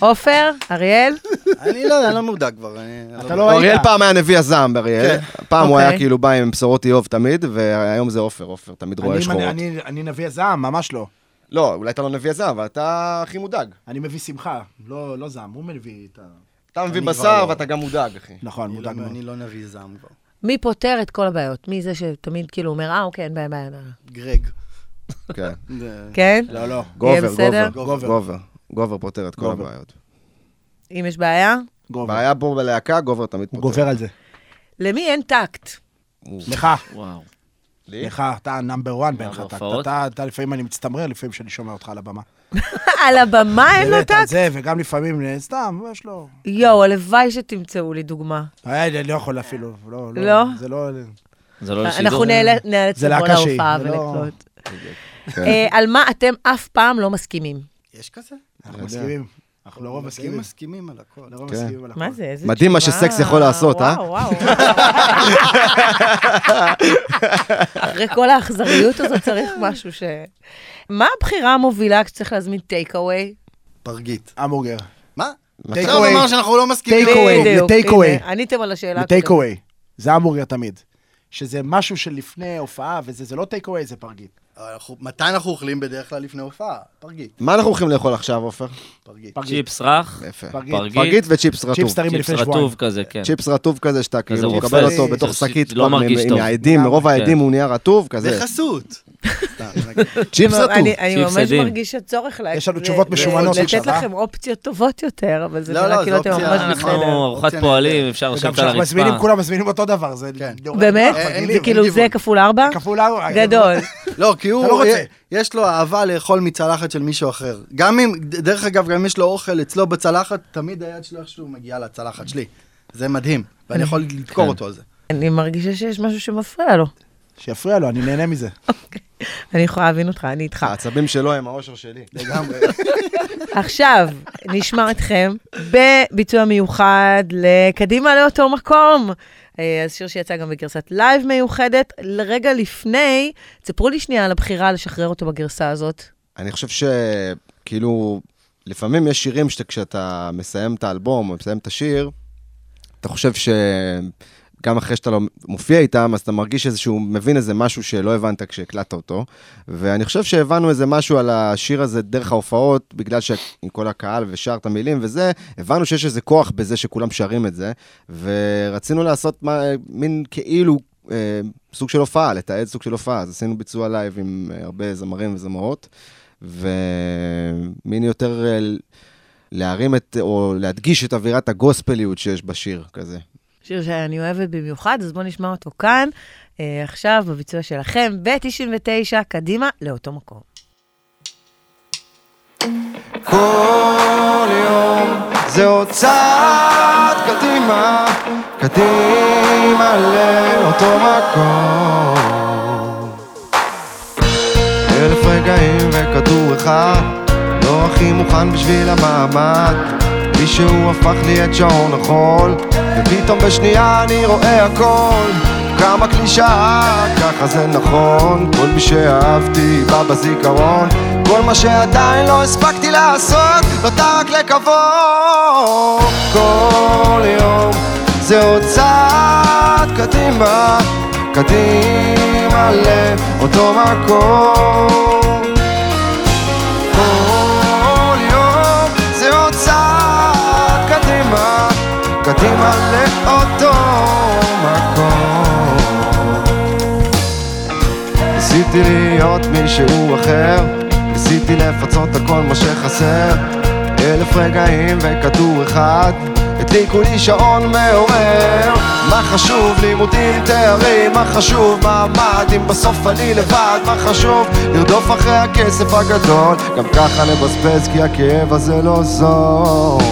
C: עופר? אריאל?
G: אני לא, אני לא מודאג כבר. אני-
E: אתה לא כן.
F: אריאל
E: היית.
F: פעם היה נביא הזעם באריאל. פעם הוא
C: אוקיי.
F: היה כאילו בא עם בשורות איוב תמיד, והיום זה עופר, עופר תמיד רואה
E: אני-
F: שחורות.
E: אני- אני נביא הזעם, ממש לא.
F: לא, אולי אתה לא נביא הזעם, אבל אתה הכי מודאג.
E: אני מביא שמחה, לא לא זעם, הוא מביא את ה...
F: אתה מביא
E: אני
F: בשר
E: כבר- לא.
F: ואתה גם מודאג, אחי.
E: נכון,
G: אני לא-
E: מודאג מאוד.
G: אני לא נביא זעם כבר.
C: מי פותר את כל הבעיות? מי זה שתמיד כאילו אומר, אה, אוקיי, אין בעיה, בעיה. בעיה."
G: גרג.
F: כן.
C: כן?
E: לא, לא.
F: גובר,
C: בסדר?
F: גובר, גובר, גובר. גובר פותר את כל
E: גובר.
F: הבעיות.
C: אם יש בעיה?
E: גובר.
F: בעיה פה בלהקה, גובר תמיד
E: הוא
F: פותר.
E: גובר על זה.
C: למי אין טקט?
E: לך,
D: וואו.
F: לי?
E: לך, אתה נאמבר 1 בעיניך. אתה-
D: בהופעות?
E: אתה- אתה לפעמים אני מצטמרר, לפעמים שאני שומע אותך על הבמה.
C: אה, על הבמה אין לו
E: באמת, על
C: טקט?
E: זה, וגם לפעמים, אה, סתם, יש לו...
C: יואו, הלוואי שתמצאו לי דוגמה.
E: אה, אני לא יכול אפילו, לא, לא.
C: לא?
E: זה לא...
D: זה לא לשידור.
C: אה, אנחנו נאלץ- נאלץ
E: זה
C: לבוא
E: להקה שהיא,
C: להופעה
E: זה לא-
C: ולקלוט.
E: כן.
F: כן.
C: אה, על מה אתם אף פעם לא מסכימים?
G: יש כזה?
E: אנחנו מסכימים. אנחנו לרוב
G: די
E: מסכימים.
G: מסכימים על הכל.
E: לרוב מסכימים על הכל.
C: מה זה? איזה
F: מדהים מה
C: תשובה.
F: שסקס יכול לעשות, אה?
C: וואו, וואו. וואו. אחרי כל האכזריות הזו צריך משהו ש... מה הבחירה המובילה כשצריך להזמין טייק אווי?
G: פרגית.
E: המבורגר.
G: מה?
E: Take
G: עכשיו
E: away.
G: אמר שאנחנו לא מסכימים.
E: Take away. לטייק אווי.
C: עניתם על השאלה.
E: זה טייק
C: הקודמת.
E: אווי. זה המבורגר תמיד. שזה משהו שלפני הופעה, וזה זה לא טייק אווי, זה פרגית.
G: אבל אנחנו- מתי אנחנו אוכלים בדרך כלל לפני הופעה? פרגית.
F: מה אנחנו הולכים לאכול עכשיו, עופר?
G: פרגית.
E: פרגית.
D: צ'יפס רך,
F: יפה.
E: פרגית.
F: כן, פרגית
D: פרגית,
F: וצ'יפס רטוב.
E: צ'יפס טרי
D: צ'יפס
E: מלפני שבועיים.
D: רטוב כזה, כן.
F: צ'יפס רטוב כזה שאתה כאילו
D: רופס.
F: מקבל אותו
D: זה-
F: בתוך
D: זה-
F: שקית,
D: זה לא
F: כבר
D: מרגיש
F: עם-
D: טוב. כן.
F: עם העדים, מרוב
D: לגמרי,
F: העדים הוא נהיה רטוב כזה.
G: בחסות.
F: צ'יפס
C: טוב,
F: רטוב.
C: לא, אני- אני
D: צ'יפס
C: ממש
D: עדים.
C: מרגיש הצורך לה-
E: יש לנו
C: ל-
E: תשובות
C: ל-
E: משומנות עכשיו,
C: לתת
E: אה?
C: לכם אופציות טובות יותר, אבל זה
G: לא,
C: נראה
G: לא,
C: כאילו
G: זו
C: אתם
G: אופציה-
C: ממש
G: אנחנו-
D: אנחנו
E: אה,
C: בסדר. אוקיי,
D: ארוחת
G: אופציה
D: פועלים, אפשר לשבת
E: וגם
D: על
E: כשאנחנו מזמינים,
D: הרצפה.
E: כולם מזמינים אותו דבר, זה...
G: כן.
E: יורד.
C: באמת?
E: אה,
G: אין
E: מגניב.
C: זה כאילו זה
G: גיוון.
C: כפול ארבע?
E: כפול ארבע.
C: גדול.
G: לא, כי הוא,
E: אתה לא רוצה.
G: יש לו אהבה לאכול מצלחת של מישהו אחר. גם אם, דרך אגב, גם אם יש לו אוכל אצלו בצלחת, תמיד היד שלו איכשהו מגיעה לצלחת שלי. זה מדהים, ואני יכול
E: כן.
G: לדקור אותו על זה.
C: אני מרגישה שיש משהו שמפריע לו.
E: שיפריע לו, אני נהנה מזה.
C: אני יכולה להבין אותך, אני איתך.
F: העצבים שלו הם האושר שלי.
G: לגמרי.
C: עכשיו, נשמע אתכם בביצוע מיוחד לקדימה לאותו מקום. אה, אז שיר שיצא גם בגרסת לייב מיוחדת. לרגע לפני, תספרו לי שנייה על הבחירה לשחרר אותו בגרסה הזאת.
F: אני חושב שכאילו, לפעמים יש שירים שכשאתה מסיים את האלבום או מסיים את השיר, אתה חושב שגם אחרי שאתה לא מופיע איתם, אז אתה מרגיש איזשהו, מבין איזה משהו שלא הבנת כשהקלטת אותו. ואני חושב שהבנו איזה משהו על השיר הזה דרך ההופעות, בגלל שעם כל הקהל ושר את המילים וזה, הבנו שיש איזה כוח בזה שכולם שרים את זה, ורצינו לעשות מה, מין כאילו אה, סוג של הופעה, לתעד סוג של הופעה. אז עשינו ביצוע לייב עם אה, הרבה זמרים וזמרות, ומין יותר אה, להרים את, או להדגיש את אווירת הגוספליות שיש בשיר כזה.
C: שיר שאני אוהבת במיוחד, אז בואו נשמע אותו כאן, אה, עכשיו, בביצוע שלכם, ב-99, קדימה לאותו מקום.
B: כל יום זה עוד צעד קדימה, קדימה לאותו מקום. אלף רגעים וכדור אחד, לא הכי מוכן בשביל המעמד. מישהו הפך לי את שעון החול, ופתאום בשנייה אני רואה הכל. כמה קלישאה, ככה זה נכון, כל מי שאהבתי בא בזיכרון. כל מה שעדיין לא הספקתי לעשות, נותר רק לקוות. כל יום זה עוד צעד קדימה, קדימה לאותו מקום. כל יום זה עוד צעד קדימה, קדימה לאותו מקום. ניסיתי להיות מישהו אחר, ניסיתי לפצות על כל מה שחסר. אלף רגעים וכדור אחד, הדליקו לי שעון מעורר. מה חשוב לימודים, תארים, מה חשוב מעמד, אם בסוף אני לבד, מה חשוב לרדוף אחרי הכסף הגדול, גם ככה נבזבז כי הכאב הזה לא זול.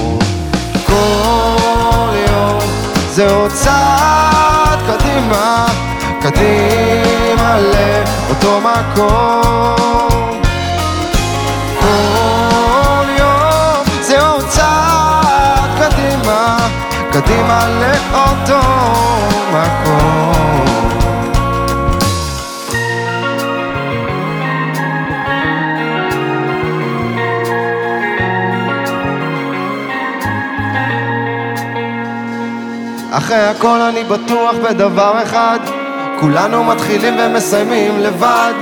B: כל יום זה עוד צעד קדימה, קדימה לאותו מקום. כל יום זה עוד צעד קדימה, קדימה לאותו מקום. אחרי הכל אני בטוח בדבר אחד, כולנו מתחילים ומסיימים לבד,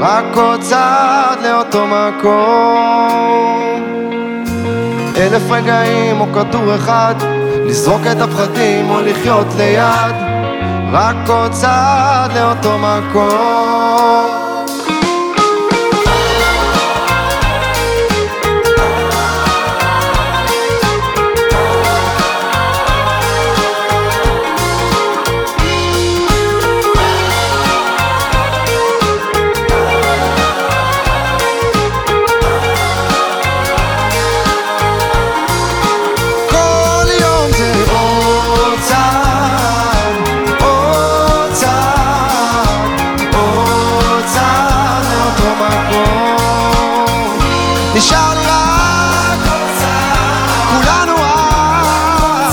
B: רק עוד צעד לאותו מקום. אלף רגעים או כדור אחד, לזרוק את הפחדים או לחיות ליד, רק עוד צעד לאותו מקום. כל יום זה עוד צעד, עוד צעד, עוד צעד לאותו מקום. נשאר לי רק עוד צעד, כולנו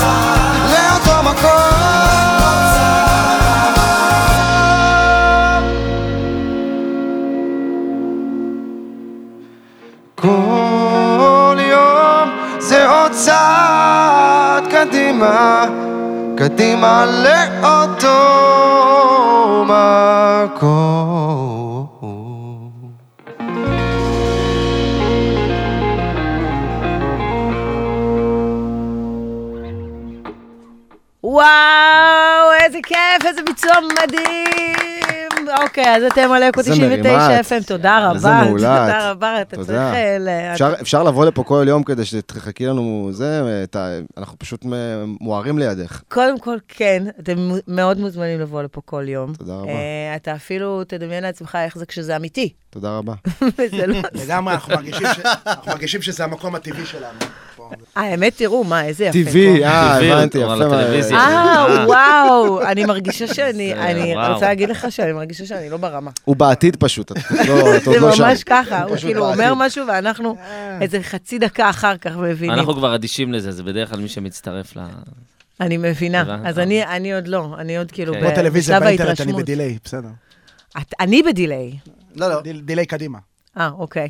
B: רק לאותו מקום. כל יום זה עוד צעד קדימה, קדימה לאותו מקום.
C: וואו, איזה כיף, איזה ביצוע מדהים. אוקיי, אז אתם על אקו
F: איזה
C: 99
F: מרימה.
C: FM, תודה רבה.
F: איזה מעולה.
C: תודה רבה, אתה צריך...
F: תודה.
C: אה, ל-
F: אפשר, אפשר לבוא לפה כל יום כדי שתחכי לנו זה, את ה- אנחנו פשוט מ- מוארים לידך.
C: קודם כל, כן, אתם מו- מאוד מוזמנים לבוא לפה כל יום.
F: תודה רבה.
C: אה, אתה אפילו תדמיין לעצמך איך זה כשזה אמיתי.
F: תודה רבה.
C: וזה לא...
E: לגמרי, אנחנו מרגישים ש- אנחנו מרגישים שזה המקום הטבעי שלנו. פה.
C: אה, האמת, תראו, מה, איזה יפה.
F: טבעי,
C: פה.
F: אה,
D: טבעי,
F: הבנתי,
D: אבל
F: יפה.
D: הטלוויזיה.
C: אה, וואו, אני מרגישה שאני,
D: זה,
C: אני
D: וואו.
C: רוצה להגיד לך שאני מרגישה שאני לא ברמה.
F: הוא בעתיד פשוט, את עוד לא- את עוד
C: זה
F: לא שם.
C: ממש ככה, הוא
F: פשוט
C: כאילו
F: בעתיד.
C: אומר משהו ואנחנו איזה חצי דקה אחר כך מבינים.
D: אנחנו כבר אדישים לזה, זה בדרך כלל מי שמצטרף ל...
C: אני מבינה,
D: הבנתי.
C: אז אני אני עוד לא, אני עוד כאילו
D: כן.
E: כמו
C: ב-
E: טלוויזיה
C: בשלב
E: באינטרנט, אני
C: ההתרשמות.
E: בדיליי, בסדר.
C: את- אני בדיליי.
G: לא, לא.
E: דיל- דיליי קדימה.
C: אה, אוקיי.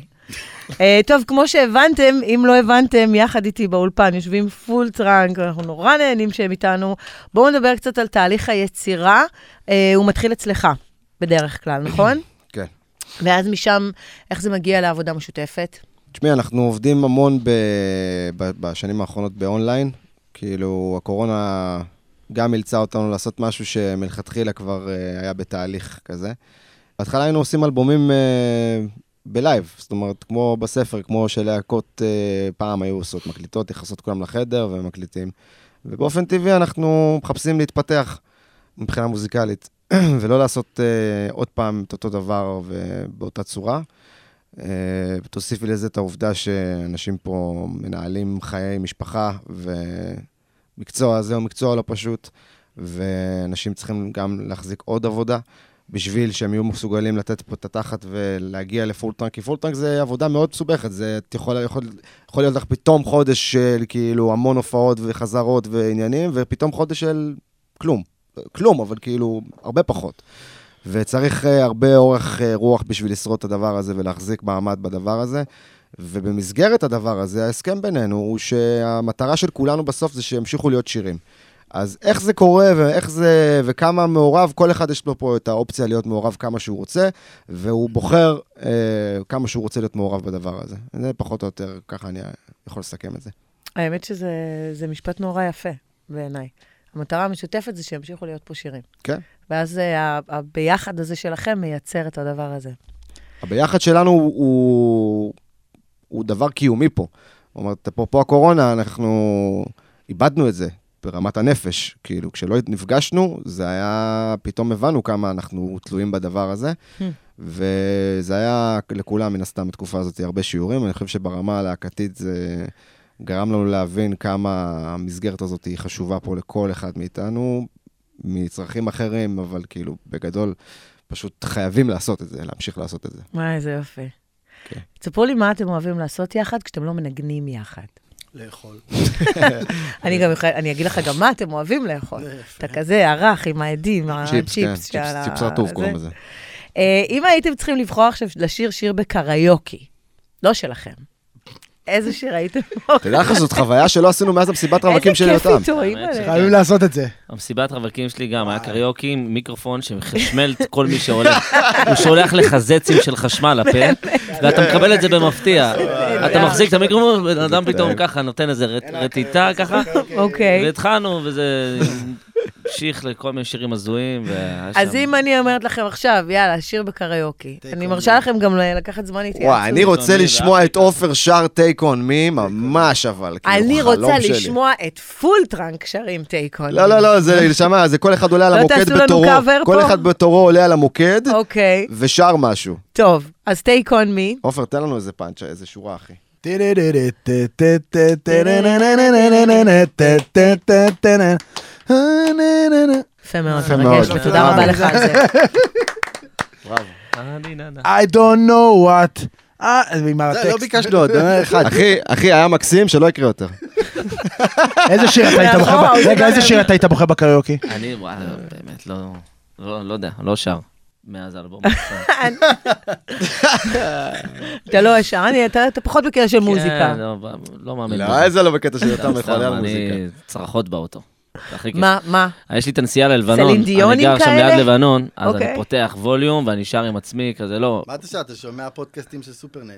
C: אה, טוב, כמו שהבנתם, אם לא הבנתם, יחד איתי באולפן יושבים פול טראנק, אנחנו נורא נהנים שהם איתנו. בואו נדבר קצת על תהליך היצירה. אה, הוא מתחיל אצלך, בדרך כלל, נכון?
F: כן.
C: ואז משם, איך זה מגיע לעבודה משותפת?
F: תשמעי, אנחנו עובדים המון ב... ב... בשנים האחרונות באונליין. כאילו, הקורונה גם אילצה אותנו לעשות משהו שמלכתחילה כבר אה, היה בתהליך כזה. בהתחלה היינו עושים אלבומים אה, בלייב, זאת אומרת, כמו בספר, כמו שלהקות אה, פעם היו עושות, מקליטות, נכנסות כולם לחדר ומקליטים. ובאופן טבעי אנחנו מחפשים להתפתח מבחינה מוזיקלית, ולא לעשות אה, עוד פעם את אותו דבר ובאותה צורה. אה, תוסיפי לזה את העובדה שאנשים פה מנהלים חיי משפחה, ומקצוע הזה הוא מקצוע לא פשוט, ואנשים צריכים גם להחזיק עוד עבודה, בשביל שהם יהיו מסוגלים לתת פה את התחת ולהגיע לפול טראנק, כי פול טראנק זה עבודה מאוד מסובכת, זה את יכול, יכול, יכול להיות לך פתאום חודש של כאילו המון הופעות וחזרות ועניינים, ופתאום חודש של כלום. כלום, אבל כאילו, הרבה פחות. וצריך אה, הרבה אורך אה, רוח בשביל לשרוד את הדבר הזה ולהחזיק מעמד בדבר הזה. ובמסגרת הדבר הזה, ההסכם בינינו הוא שהמטרה של כולנו בסוף זה שימשיכו להיות שירים. אז איך זה קורה ואיך זה, וכמה מעורב, כל אחד יש לו פה את האופציה להיות מעורב כמה שהוא רוצה, והוא בוחר אה, כמה שהוא רוצה להיות מעורב בדבר הזה. זה פחות או יותר, ככה אני יכול לסכם את זה.
C: האמת שזה זה משפט נורא יפה בעיניי. המטרה המשותפת זה שימשיכו להיות פה שירים.
F: כן.
C: ואז אה, ה- הביחד הזה שלכם מייצר את הדבר הזה.
F: הביחד שלנו הוא, הוא, הוא דבר קיומי פה. זאת אומרת, אפרופו הקורונה, אנחנו איבדנו את זה ברמת הנפש. כאילו, כשלא נפגשנו, זה היה, פתאום הבנו כמה אנחנו תלויים בדבר הזה.
C: Hmm.
F: וזה היה לכולם, מן הסתם, בתקופה הזאת הרבה שיעורים. אני חושב שברמה הלהקתית זה גרם לנו להבין כמה המסגרת הזאת היא חשובה פה לכל אחד מאיתנו, מצרכים אחרים, אבל כאילו, בגדול, פשוט חייבים לעשות את זה, להמשיך לעשות את זה.
C: וואי, איזה יופי.
F: כן.
C: תספרו לי מה אתם אוהבים לעשות יחד כשאתם לא מנגנים יחד.
G: לאכול.
C: אני גם יכולה, אני אגיד לך גם מה אתם אוהבים לאכול. אתה כזה ערך עם העדים,
F: צ'יפס, כן,
C: הצ'יפס
F: צ'יפס,
C: שעל ה-
F: צ'יפס רטוב
C: זה.
F: קוראים לזה.
C: אה, אם הייתם צריכים לבחור עכשיו לשיר שיר בקריוקי, לא שלכם, איזה שיר הייתם בוחרים?
F: תדע לך, זאת חוויה שלא עשינו מאז המסיבת רווקים של
C: איזה
F: יותם.
C: כיף איתו, אימא.
D: האמת שכן.
E: חייבים לעשות את זה.
D: המסיבת רווקים שלי גם, היה קריוקי עם מיקרופון שמחשמל את כל מי שעולה. הוא שולח לך זצים של חשמל לפה, ואתה מקבל את זה במפתיע. אתה מחזיק את המיקרופון, בן אדם פתאום ככה נותן איזה רט- רטיטה ככה,
C: אוקיי.
D: והתחלנו, וזה המשיך לכל מיני שירים הזויים, והיה
C: אז
D: שם-
C: אם אני אומרת לכם עכשיו, יאללה, שיר בקריוקי. אני מרשה לכם גם ל- לקחת זמן התייעצות.
F: וואי, אני רוצה
D: טוני,
F: לשמוע את עופר שר טייק און מי, ממש אבל, כאילו, חלום
C: אני
F: שלי.
C: רוצה לשמוע את פול טראנק שרים טייקון.
F: לא, לא, לא, זה, שמע, זה כל אחד עולה על
C: לא
F: המוקד
C: תעשו לנו
F: בתורו.
C: קאבר
F: כל
C: פה?
F: אחד בתורו עולה על המוקד,
C: אוקיי,
F: ושר משהו.
C: טוב, אז טייק און מי.
F: עופר, תן לנו איזה פאנצ'ה, איזה שורה, אחי.
C: יפה מאוד,
F: יפה
C: מרגש,
F: מאוד.
C: ותודה רבה לך על זה.
E: I don't know what. אה, עם
G: זה, לא
E: הטקסט.
G: ביקשנו עוד.
F: אחד. אחי, אחי, היה מקסים, שלא יקרה יותר.
E: איזה שיר אתה היית בוחר?
C: מאחורה,
E: ב-
C: הוא
E: רגע, איזה
C: מדבר.
E: שיר אתה היית בוחר בקריוקי?
D: אני, וואלה, באמת, לא, לא לא יודע, לא שר. מאז האלבום.
C: אתה לא ישר, אני- אתה אתה פחות בקטע של מוזיקה.
D: כן, לא, לא מאמין. בזה.
F: לא, זה לא בקטע של יותם
D: סתם,
F: יכול על
D: אני-
F: מוזיקה.
D: צרחות באוטו. זה הכי כיף. אה,
C: מה, מה?
D: יש לי את הנסיעה ללבנון.
C: סלין דיונים
D: אני גר שם
C: כאלה?
D: ליד לבנון, אז
C: אוקיי.
D: אני פותח ווליום ואני שר עם עצמי, כזה לא.
G: מה אתה שואל? אתה שומע פודקאסטים של סופרנני.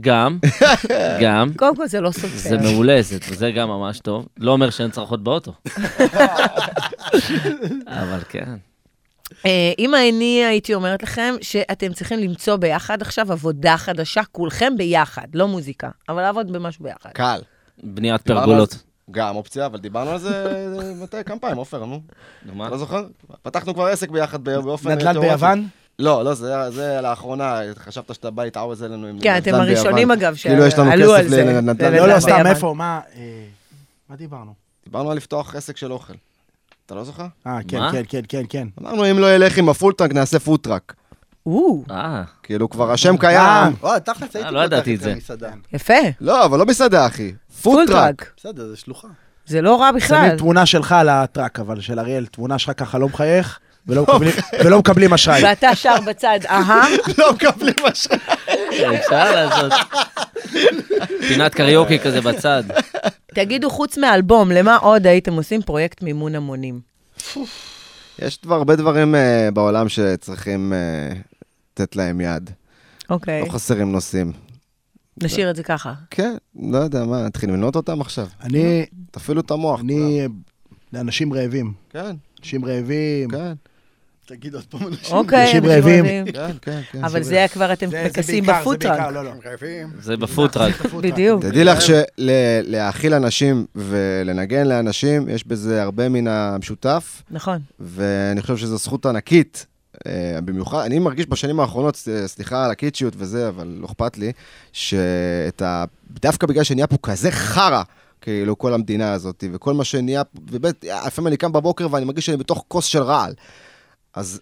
D: גם, גם.
C: קודם כל זה לא סופר.
D: זה מעולה, זה, זה גם ממש טוב. לא אומר שאין צרחות באוטו. אבל כן.
C: אה, אם אני הייתי אומרת לכם שאתם צריכים למצוא ביחד עכשיו עבודה חדשה, כולכם ביחד, לא מוזיקה, אבל לעבוד במשהו ביחד.
F: קל.
D: בניית
F: דיברנו
D: פרגולות.
F: על זה. גם אופציה, אבל דיברנו על זה אה, מתי, כמה פעמים, עופר, נו.
D: נו, מה?
F: אתה לא זוכר? פתחנו כבר עסק ביחד בא- באופן... אה,
E: נדל"ן
F: תיאורטי.
E: ביוון?
F: לא, לא, זה זה לאחרונה, חשבת שאתה בא להתערוז אלינו עם
C: כן, אתם
F: נדל"ן
C: הראשונים,
F: ביוון.
C: אגב,
F: כאילו יש לנו
C: שעלו על
F: כסף
C: זה.
F: לנדל"ן.
E: לא, לא,
F: ביוון.
E: סתם,
C: ביוון.
E: איפה? מה? אה, מה דיברנו?
C: לא.
F: דיברנו על לפתוח עסק של אוכל. אתה לא זוכר?
E: אה, כן,
D: מה?
E: כן, כן, כן, כן.
F: אמרנו, אם לא ילך עם הפולטראק, נעשה פוטראק.
C: או,
D: אה,
F: כאילו, כבר השם
E: אה,
F: קיים.
G: וואי, תכלס הייתי
D: לא ידעתי את זה.
G: המסעדה.
C: יפה,
F: לא, אבל לא מסעדה, אחי. פוטראק.
C: פולטראק.
G: בסדר, זה שלוחה.
C: זה לא רע
E: שמים
C: בכלל.
E: תמונה שלך על הטראק, אבל של אריאל, תמונה שלך ככה לא מחייך, ולא מקבלים- ולא מקבלים אשראי.
C: ואתה שר בצד, אהה,
F: לא מקבלים אשראי.
D: אפשר לעשות. פינת קריוקי כזה בצד.
C: תגידו, חוץ מאלבום, למה עוד הייתם עושים פרויקט מימון המונים?
F: יש דבר- הרבה דברים אה, בעולם שצריכים אה, לתת להם יד.
C: אוקיי,
F: לא חסרים נושאים.
C: נשאיר את זה ככה.
F: כן, לא יודע מה, נתחיל למנות אותם עכשיו.
E: אני,
F: תפעילו את המוח. כולם.
E: אני, לאנשים רעבים.
F: כן,
E: אנשים רעבים.
F: כן,
G: תגיד עוד פעם אנשים.
C: אוקיי,
E: אנשים
C: אנשים
E: רעבים.
C: רעבים.
F: כן, כן, כן.
C: אבל זה כבר אתם
E: זה- זה
C: מכסים
E: בעיקר, זה
C: בפוטראק.
E: בעיקר, לא, לא.
G: רעבים.
D: זה בפוטראק.
C: בדיוק.
F: תדעי לך שלהאכיל אנשים ולנגן לאנשים, יש בזה הרבה מן המשותף,
C: נכון.
F: ואני חושב שזו זכות ענקית. אה, במיוחד, אני מרגיש בשנים האחרונות, ס- סליחה על הקיצ'יות וזה, אבל לא אכפת לי, שאת ה... דווקא בגלל שנהיה פה כזה חרא, כאילו, כל המדינה הזאת, וכל מה שנהיה, פה- ובאמת, לפעמים אני קם בבוקר ואני מרגיש שאני בתוך כוס של רעל. אז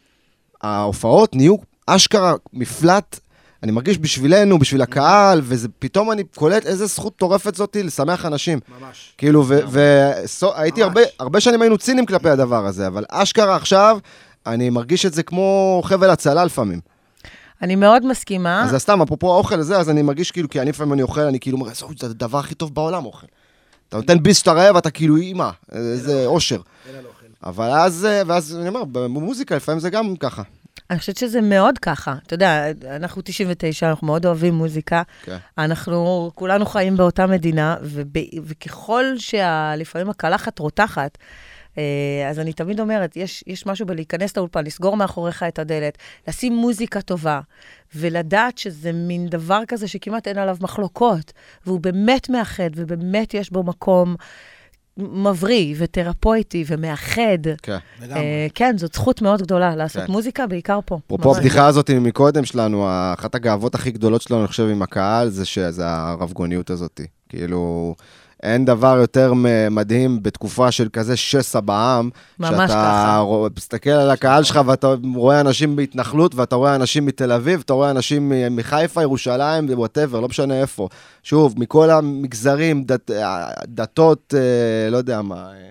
F: ההופעות נהיו אשכרה מפלט, אני מרגיש בשבילנו, בשביל הקהל, ופתאום אני קולט איזה זכות טורפת זאתי לשמח אנשים. ממש. כאילו, והייתי הרבה, הרבה שנים היינו ציניים כלפי הדבר הזה, אבל אשכרה עכשיו, אני מרגיש את זה כמו חבל הצלה לפעמים.
C: אני מאוד מסכימה.
F: אז סתם, אפרופו האוכל הזה, אז אני מרגיש כאילו, כי אני לפעמים אני אוכל, אני כאילו אומר, "זהו, זה הדבר הכי טוב בעולם, אוכל. אתה נותן ביס שאתה רעב, אתה כאילו, אימא, איזה אושר. אבל אז, אה, ואז אני אומר, במוזיקה לפעמים זה גם ככה.
C: אני חושבת שזה מאוד ככה. אתה יודע, אנחנו 99, אנחנו מאוד אוהבים מוזיקה.
F: כן.
C: אנחנו כולנו חיים באותה מדינה, וב, וככל שלפעמים הקלחת רותחת, אה, אז אני תמיד אומרת, יש, יש משהו בלהיכנס לאולפן, לסגור מאחוריך את הדלת, לשים מוזיקה טובה, ולדעת שזה מין דבר כזה שכמעט אין עליו מחלוקות, והוא באמת מאחד, ובאמת יש בו מקום מבריא ותרפויטי ומאחד.
F: כן.
E: לגמרי.
C: אה, כן, זאת זכות מאוד גדולה לעשות
F: כן.
C: מוזיקה, בעיקר פה.
F: אפרופו
C: ממש.
F: הבדיחה הזאת מקודם שלנו, אחת הגאוות הכי גדולות שלנו, אני חושב, עם הקהל, זה שזה הרבגוניות הזאת. כאילו, אין דבר יותר מ- מדהים בתקופה של כזה שסע בעם,
C: ממש
F: שאתה
C: ככה.
F: רוא- מסתכל על הקהל שלך ואתה רואה אנשים בהתנחלות, ואתה רואה אנשים מתל אביב, אתה רואה אנשים מ- מחיפה, ירושלים, וואטאבר, לא משנה איפה. שוב, מכל המגזרים, דת, דתות, אה, לא יודע מה, אה,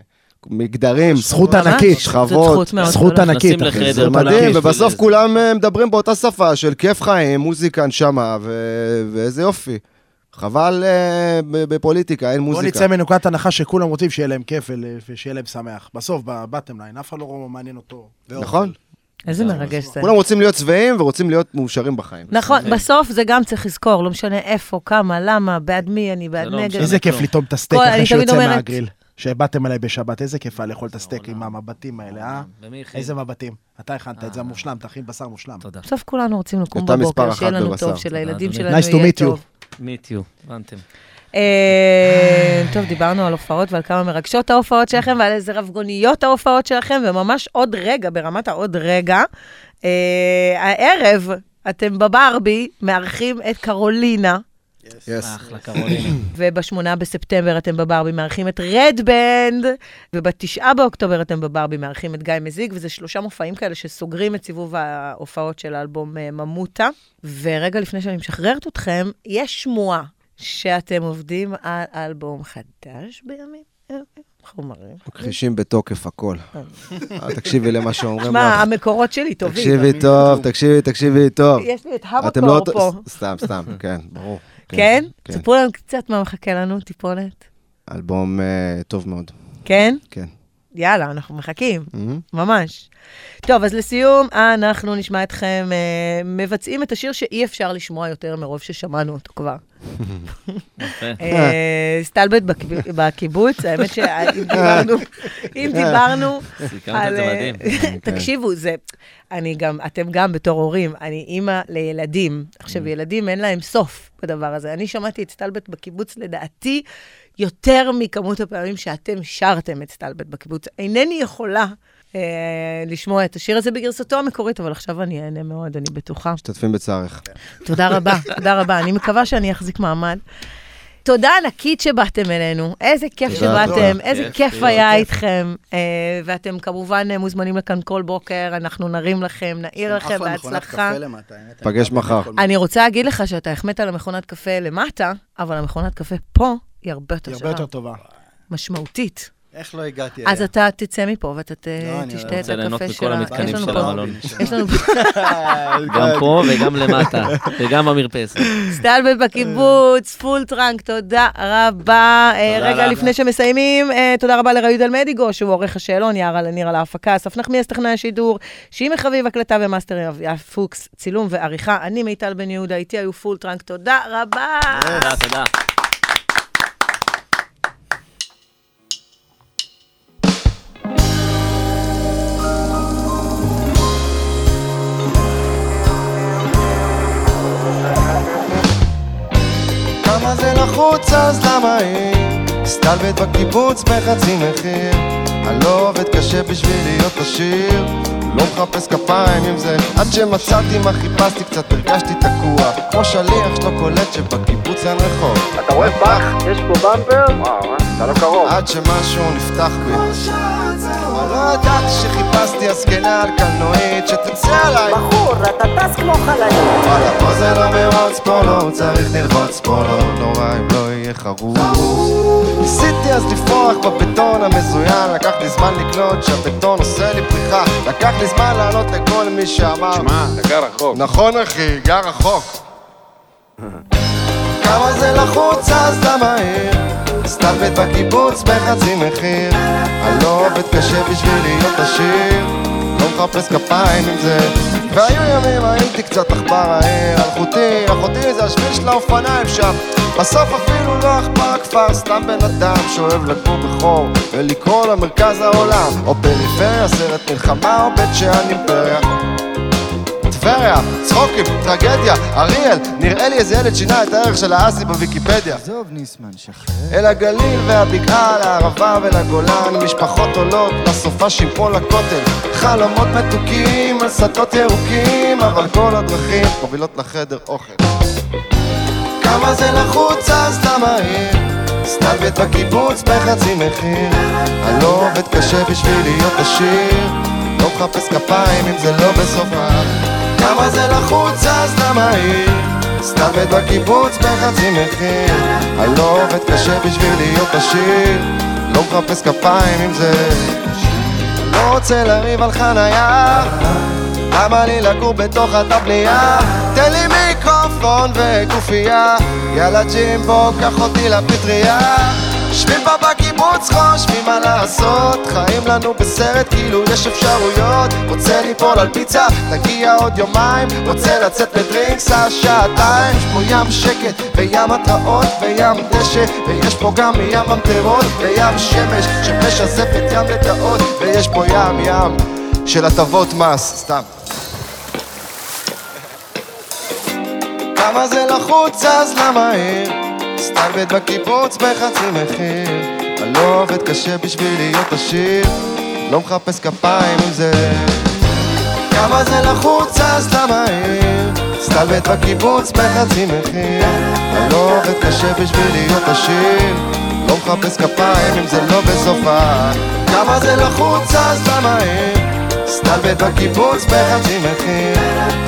F: מגדרים,
E: זכות
C: ממש.
E: ענקית.
C: זאת
F: שכבות.
C: זכות מאוד
E: זכות
C: גדולה.
E: ענקית,
D: נכנסים
E: אחי,
D: לחדר,
E: זה
D: כולם.
E: מדהים.
F: כן, מדהים,
D: בשביל
F: ובסוף
D: זה.
F: כולם אה, מדברים באותה שפה של כיף חיים, מוזיקה, נשמה, ו- ואיזה יופי. חבל אה, ב- בפוליטיקה, אין
E: בוא
F: מוזיקה.
E: נצא מנקודת הנחה שכולם רוצים שיהיה להם כיף ול- ושיהיה להם שמח. בסוף, בבטם ליין, אף אחד לא מעניין אותו.
F: נכון?
C: כן. איזה מרגש זה.
F: כולם רוצים להיות שבעים ורוצים להיות מאושרים בחיים.
C: נכון, בסוף זה גם צריך לזכור, לא משנה איפה, כמה, למה, בעד מי אני, בעד
D: זה לא
C: נגד.
D: משנה.
E: איזה כיף לטעום את הסטייק
C: כל-
E: אחרי
C: אני
E: שהוא
C: תמיד
E: יוצא
C: אומרת-
E: מהגריל. שבאתם אליי בשבת, איזה כיף היה לאכול את הסטייק עם המבטים האלה, אה?
D: ומי הכין?
E: איזה מבטים. אתה הכנת את זה המושלם, תכין בשר מושלם.
D: תודה.
C: בסוף כולנו רוצים לקום
F: אותה מספר
C: בבוקר,
F: אחת
C: שיהיה לנו
F: בבשר.
C: טוב, שלילדים
D: אדוני.
C: שלנו
E: Nice to
C: יהיה
E: meet you.
C: טוב.
D: meet you, הבנתם.
C: אה, טוב, דיברנו על הופעות ועל כמה מרגשות ההופעות שלכם ועל איזה רבגוניות ההופעות שלכם, וממש עוד רגע, ברמת העוד רגע, אה, הערב אתם בברבי מארחים את קרולינה,
F: יס.
C: כן.
D: אחלה קרולינה.
C: ובשמונה בספטמבר אתם בברבי מארחים את רדבנד, ובתשעה באוקטובר אתם בברבי מארחים את גיא מזיג, וזה שלושה מופעים כאלה שסוגרים את סיבוב ההופעות של האלבום אה, ממוטה. ורגע לפני שאני משחררת אתכם, יש שמועה שאתם עובדים על אלבום חדש בימים. אלה. חומרים.
F: מכחישים בתוקף הכל. אה, תקשיבי למה שאומרים
C: שמע,
F: לך.
C: המקורות שלי טובים.
F: תקשיבי טוב, תקשיבי, תקשיבי טוב.
C: יש לי את
F: אתם לא
C: המקור פה.
F: אותו- ס- סתם, סתם, כן, ברור.
C: כן?
F: כן.
C: ספרו לנו קצת מה מחכה לנו, טיפונת.
F: אלבום אה, טוב מאוד,
C: כן?
F: כן.
C: יאללה, אנחנו מחכים.
F: מהמם.
C: ממש. טוב, אז לסיום, אנחנו נשמע אתכם אה, מבצעים את השיר שאי אפשר לשמוע יותר מרוב ששמענו אותו כבר.
D: יפה.
C: אה, סטלבט בק- בקיבוץ, האמת שאם דיברנו, אם דיברנו
D: סיכמת את
C: על...
D: זה
C: אה,
D: מדהים.
C: תקשיבו, זה... אני גם, אתם גם בתור הורים, אני אימא לילדים.
D: Mm.
C: עכשיו, ילדים אין להם סוף בדבר הזה. אני שמעתי את סטלבט בקיבוץ, לדעתי, יותר מכמות הפעמים שאתם שרתם את סטלבט בקיבוץ. אינני יכולה אה, לשמוע את השיר הזה בגרסתו המקורית, אבל עכשיו אני אהנה מאוד, אני בטוחה.
F: משתתפים בצערך.
C: תודה רבה, תודה רבה. אני מקווה שאני אחזיק מעמד. תודה ענקית שבאתם אלינו, איזה כיף
F: תודה.
C: שבאתם, איזה
D: כיף,
C: כיף
D: תודה,
C: היה
D: כיף.
C: איתכם. אה, ואתם כמובן אה, מוזמנים לכאן כל בוקר, אנחנו נרים לכם, נעיר
G: אחלה
C: לכם,
G: מכונת
C: בהצלחה.
G: קפה למטה, האמת,
F: פגש
G: אני
F: מחר.
G: כל
C: אני רוצה להגיד לך שאתה החמאת על המכונת קפה למטה, אבל המכונת קפה פה היא הרבה יותר
E: היא הרבה יותר
C: שווה,
E: טובה.
C: משמעותית.
G: איך לא הגעתי
B: כן.
C: אז
G: אליה?
C: אתה תצא מפה ואתה ת-
G: לא, אני
C: תשתה
G: רוצה
C: את
D: ליהנות
C: הקפה
D: מכל
C: שלה.
D: המתקנים
C: יש לנו
D: של
C: פה-
D: המלון.
C: יש לנו
D: גם פה וגם למטה, וגם במרפסת.
C: סטלבט בקיבוץ, פול טראנק, תודה רבה. אה,
D: תודה
C: רגע
D: רבה.
C: לפני שמסיימים, אה, תודה רבה לרעידל מדיגו, שהוא עורך השאלון, יערה לניר על ההפקה, אסף נחמיאס טכנאי השידור, שימי חביב הקלטה ומאסטר יב- יב- פוקס, צילום ועריכה. אני מיטל בן יהודה, איתי היו פול טראנק, תודה רבה.
D: תודה, תודה.
B: כמה זה לחוץ אז למה היא? סתלבט בקיבוץ בחצי מחיר אני לא עובד קשה בשביל להיות עשיר לא מחפש כפיים עם זה עד שמצאתי מה חיפשתי קצת הרגשתי תקוע כמו שליח שלא קולט שבקיבוץ אין רחוב אתה רואה פח? יש פה במפר? וואו, אתה לא קרוב עד שמשהו נפתח בי אבל לא ידעתי שחיפשתי הזקנה על קלנועית שתצא עליי וואלה, פה זה לא מרוץ פולו, צריך ללחוץ פולו, נורא אם לא יהיה חרוץ. ניסיתי אז לפרוח בבטון המזוין, לקח לי זמן לקלוט שהבטון עושה לי פריחה, לקח לי זמן לעלות לכל מי שאמר, שמע, אתה גר רחוק. נכון אחי, גר רחוק. כמה זה לחוץ אז למהר, סתלבט בקיבוץ בחצי מחיר, אני לא עובד קשה בשביל להיות עשיר. לא מחפש כפיים עם זה והיו ימים הייתי קצת עכבר העיר אלחוטי, אחותי זה השביל של האופניים שם בסוף אפילו לא עכבר הכפר, סתם בן אדם שאוהב לגור בחור ולקרוא למרכז העולם או פריפריה, סרט מלחמה או בית שאן אימפריה טבריה, צחוקים, טרגדיה, אריאל, נראה לי איזה ילד שינה את הערך של האסי בוויקיפדיה
G: עזוב, ניסמן, שחרר.
B: אל הגליל והבקעה, לערבה ולגולן, משפחות עולות לסופה שיפול לכותל. חלומות מתוקים על שדות ירוקים, אבל כל הדרכים מובילות לחדר אוכל. כמה זה לחוץ אז למה אין? סתלבט בקיבוץ בחצי מחיר. אני לא עובד קשה בשביל להיות עשיר, לא מחפש כפיים אם זה לא בסופה. כמה זה לחוץ אז למה אין? סתלבט בקיבוץ בחצי מחיר. אני לא עובד קשה בשביל להיות עשיר, לא מחפש כפיים אם זה... לא רוצה לריב על חניה למה לי לגור בתוך התבניה? תן לי מיקרופון וגופייה יאללה ג'ימבו, קח אותי לפטריה יושבים פה בקיבוץ חושבים מה לעשות חיים לנו בסרט כאילו יש אפשרויות רוצה ליפול על פיצה, תגיע עוד יומיים רוצה לצאת לדרינקס על שעתיים יש פה ים שקט וים התרעות וים דשא ויש פה גם ים ממטרות וים שמש שמשזפת ים לטאות ויש פה ים ים של הטבות מס, סתם. כמה זה לחוץ אז למהר, סטלבט בקיבוץ בחצי מחיר. אני לא עובד קשה בשביל להיות עשיר, לא מחפש כפיים עם זה. כמה זה לחוץ אז למהר, סטלבט בקיבוץ בחצי מחיר. אני לא עובד קשה בשביל להיות עשיר, לא מחפש כפיים אם זה לא בסופה. כמה זה לחוץ אז למהר, סטלבט בקיבוץ בחצי מחיר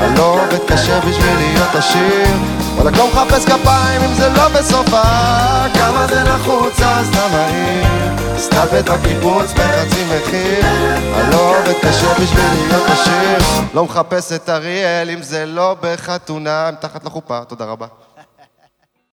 B: אני לא עובד קשה בשביל להיות עשיר וואלכ לא מחפש כפיים אם זה לא בסופה כמה זה נחוץ אז למה היא סטלבט בקיבוץ בחצי מחיר אני לא עובד קשה בשביל להיות עשיר לא מחפש את אריאל אם זה לא בחתונה מתחת לחופה תודה רבה